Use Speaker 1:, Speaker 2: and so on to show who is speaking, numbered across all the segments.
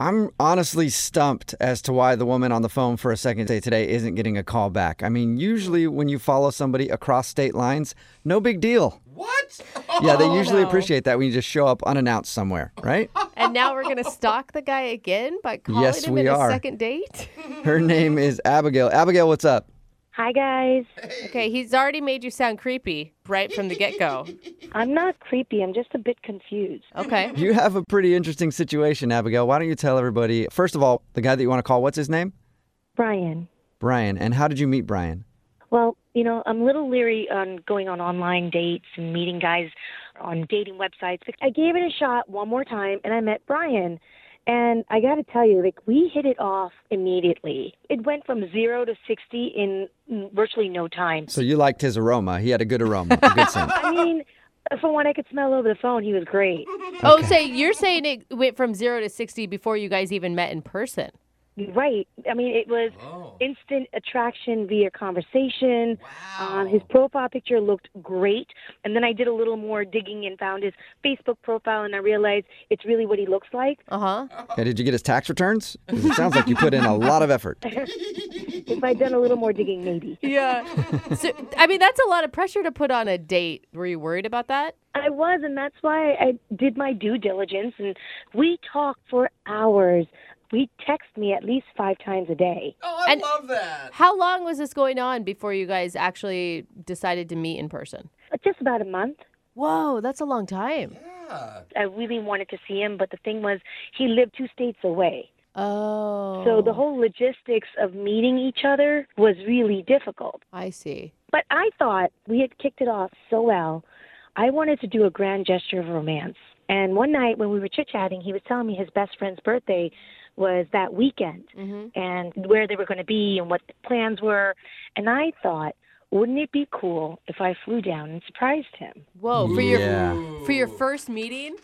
Speaker 1: I'm honestly stumped as to why the woman on the phone for a second day today isn't getting a call back. I mean, usually when you follow somebody across state lines, no big deal.
Speaker 2: What?
Speaker 1: Yeah, they usually
Speaker 3: no.
Speaker 1: appreciate that when you just show up unannounced somewhere, right?
Speaker 3: And now we're going to stalk the guy again by calling
Speaker 1: Yes,
Speaker 3: him
Speaker 1: we
Speaker 3: in
Speaker 1: are.
Speaker 3: a second date?
Speaker 1: Her name is Abigail. Abigail, what's up?
Speaker 4: Hi guys.
Speaker 3: Okay, he's already made you sound creepy right from the get go.
Speaker 4: I'm not creepy. I'm just a bit confused.
Speaker 3: Okay.
Speaker 1: You have a pretty interesting situation, Abigail. Why don't you tell everybody, first of all, the guy that you want to call, what's his name?
Speaker 4: Brian.
Speaker 1: Brian. And how did you meet Brian?
Speaker 4: Well, you know, I'm a little leery on going on online dates and meeting guys on dating websites. I gave it a shot one more time and I met Brian. And I got to tell you, like, we hit it off immediately. It went from zero to 60 in virtually no time.
Speaker 1: So you liked his aroma. He had a good aroma, a good scent.
Speaker 4: I mean, from what I could smell over the phone, he was great.
Speaker 3: Oh, so you're saying it went from zero to 60 before you guys even met in person.
Speaker 4: Right. I mean, it was
Speaker 2: Oh.
Speaker 4: instant attraction via conversation.
Speaker 2: Wow.
Speaker 4: Um, his profile picture looked great. And then I did a little more digging and found his Facebook profile, and I realized it's really what he looks like.
Speaker 3: Uh huh.
Speaker 1: Okay, did you get his tax returns? 'Cause It sounds like you put in a lot of effort.
Speaker 4: If I'd done a little more digging, maybe.
Speaker 3: Yeah. So, I mean, that's a lot of pressure to put on a date. Were you worried about that?
Speaker 4: I was, and that's why I did my due diligence. And we talked for hours. We text me at least five times a day.
Speaker 2: Oh, I
Speaker 3: And-
Speaker 2: love that.
Speaker 3: How long was this going on before you guys actually decided to meet in person?
Speaker 4: Just about a month.
Speaker 3: Whoa, that's a long time.
Speaker 2: Yeah.
Speaker 4: I really wanted to see him, but the thing was, he lived two states away.
Speaker 3: Oh.
Speaker 4: So the whole logistics of meeting each other was really difficult.
Speaker 3: I see.
Speaker 4: But I thought we had kicked it off so well. I wanted to do a grand gesture of romance. And one night when we were chit chatting, he was telling me his best friend's birthday was that weekend and where they were going to be and what the plans were. And I thought, wouldn't it be cool if I flew down and surprised him?
Speaker 3: Whoa, for
Speaker 1: Yeah.
Speaker 3: your for your first meeting?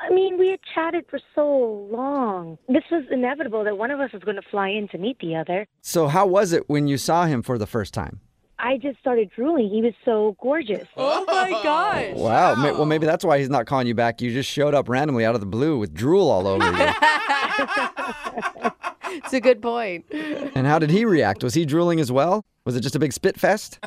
Speaker 4: I mean, we had chatted for so long. This was inevitable that one of us was going to fly in to meet the other.
Speaker 1: So how was it when you saw him for the first time?
Speaker 4: I just started drooling. He was so gorgeous.
Speaker 3: Oh my gosh.
Speaker 1: Wow. ma- Well, maybe that's why he's not calling you back. You just showed up randomly out of the blue with drool all over you.
Speaker 3: It's a good point.
Speaker 1: and how did he react? Was he drooling as well? Was it just a big spit fest?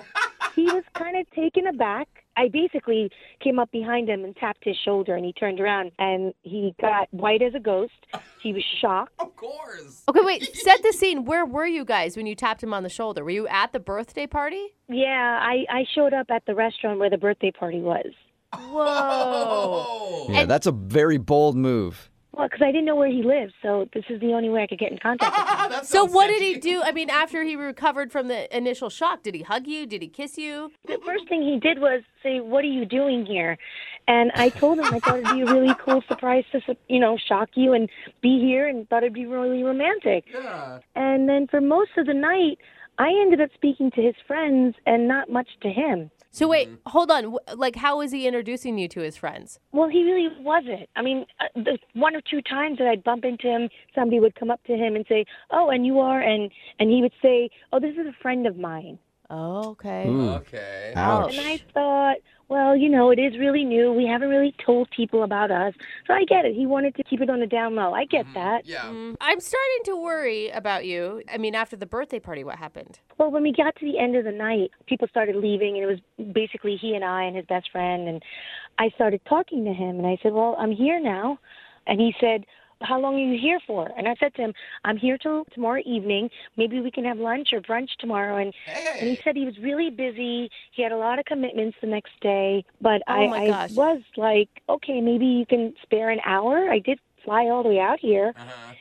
Speaker 4: he was kind of taken aback. I basically came up behind him and tapped his shoulder, and he turned around and he got white as a ghost. He was shocked.
Speaker 2: Of course.
Speaker 3: Okay, wait, set the scene. Where were you guys when you tapped him on the shoulder? Were you at the birthday party?
Speaker 4: Yeah, I, I showed up at the restaurant where the birthday party was.
Speaker 3: Whoa.
Speaker 2: Oh.
Speaker 1: Yeah, that's a very bold move.
Speaker 4: Well, because I didn't know where he lived, so this is the only way I could get in contact with him.
Speaker 2: That
Speaker 3: So
Speaker 2: sounds
Speaker 3: what did he
Speaker 2: sketchy.
Speaker 3: do? I mean, after he recovered from the initial shock, did he hug you? Did he kiss you?
Speaker 4: The first thing he did was say, "What are you doing here?" And I told him I thought it'd be a really cool surprise to, su- you know, shock you and be here, and thought it'd be really romantic.
Speaker 2: Yeah.
Speaker 4: And then for most of the night, I ended up speaking to his friends and not much to him.
Speaker 3: So wait,
Speaker 2: Mm-hmm.
Speaker 3: hold on. Wh- Like how is he introducing you to his friends?
Speaker 4: Well, he really wasn't. I mean, uh, the one or two times that I'd bump into him, somebody would come up to him and say, "Oh, and you are," and and he would say, "Oh, this is a friend of mine."
Speaker 3: Oh, okay.
Speaker 1: Ooh.
Speaker 2: Okay.
Speaker 1: Ouch.
Speaker 4: And I thought, well, you know, it is really new. We haven't really told people about us, so I get it. He wanted to keep it on the down low. I get
Speaker 3: Mm-hmm.
Speaker 4: that.
Speaker 2: Yeah.
Speaker 3: I'm starting to worry about you. I mean, after the birthday party, what happened?
Speaker 4: Well, when we got to the end of the night, people started leaving, and it was basically he and I and his best friend. And I started talking to him, and I said, Well, I'm here now. And he said, How long are you here for? And I said to him, I'm here till tomorrow evening. Maybe we can have lunch or brunch tomorrow. And, and he said he was really busy. He had a lot of commitments the next day. But I,
Speaker 3: Oh my
Speaker 4: I
Speaker 3: gosh.
Speaker 4: was like, Okay, maybe you can spare an hour. I did fly all the way out here.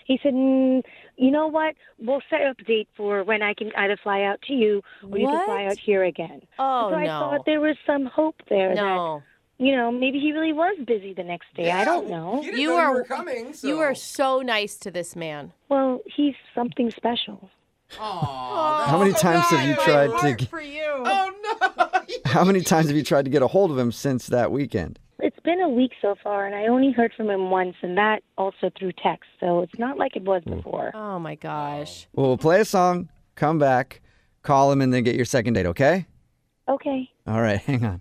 Speaker 4: He said, mm, "You know what? We'll set up a date for when I can either fly out to you or you can fly
Speaker 3: What?
Speaker 4: out here again."
Speaker 3: Oh
Speaker 4: so I
Speaker 3: no.
Speaker 4: thought there was some hope there.
Speaker 3: no.
Speaker 4: That, you know, maybe he really was busy the next day. I don't know.
Speaker 2: You,
Speaker 3: You
Speaker 2: are
Speaker 3: are-
Speaker 2: were coming. So.
Speaker 3: You are so nice to this man.
Speaker 4: Well, he's something special.
Speaker 2: Aw,
Speaker 1: How many
Speaker 2: that's
Speaker 1: times have you
Speaker 2: nice.
Speaker 1: tried to? g-
Speaker 3: for you.
Speaker 2: Oh no.
Speaker 1: How many times have you tried to get a hold of him since that weekend?
Speaker 4: It's been a week so far, and I only heard from him once, and that also through text. So it's not like it was before.
Speaker 3: Oh my gosh.
Speaker 1: Well, we'll play a song, come back, call him, and then get your second date. Okay?
Speaker 4: Okay.
Speaker 1: All right. Hang on.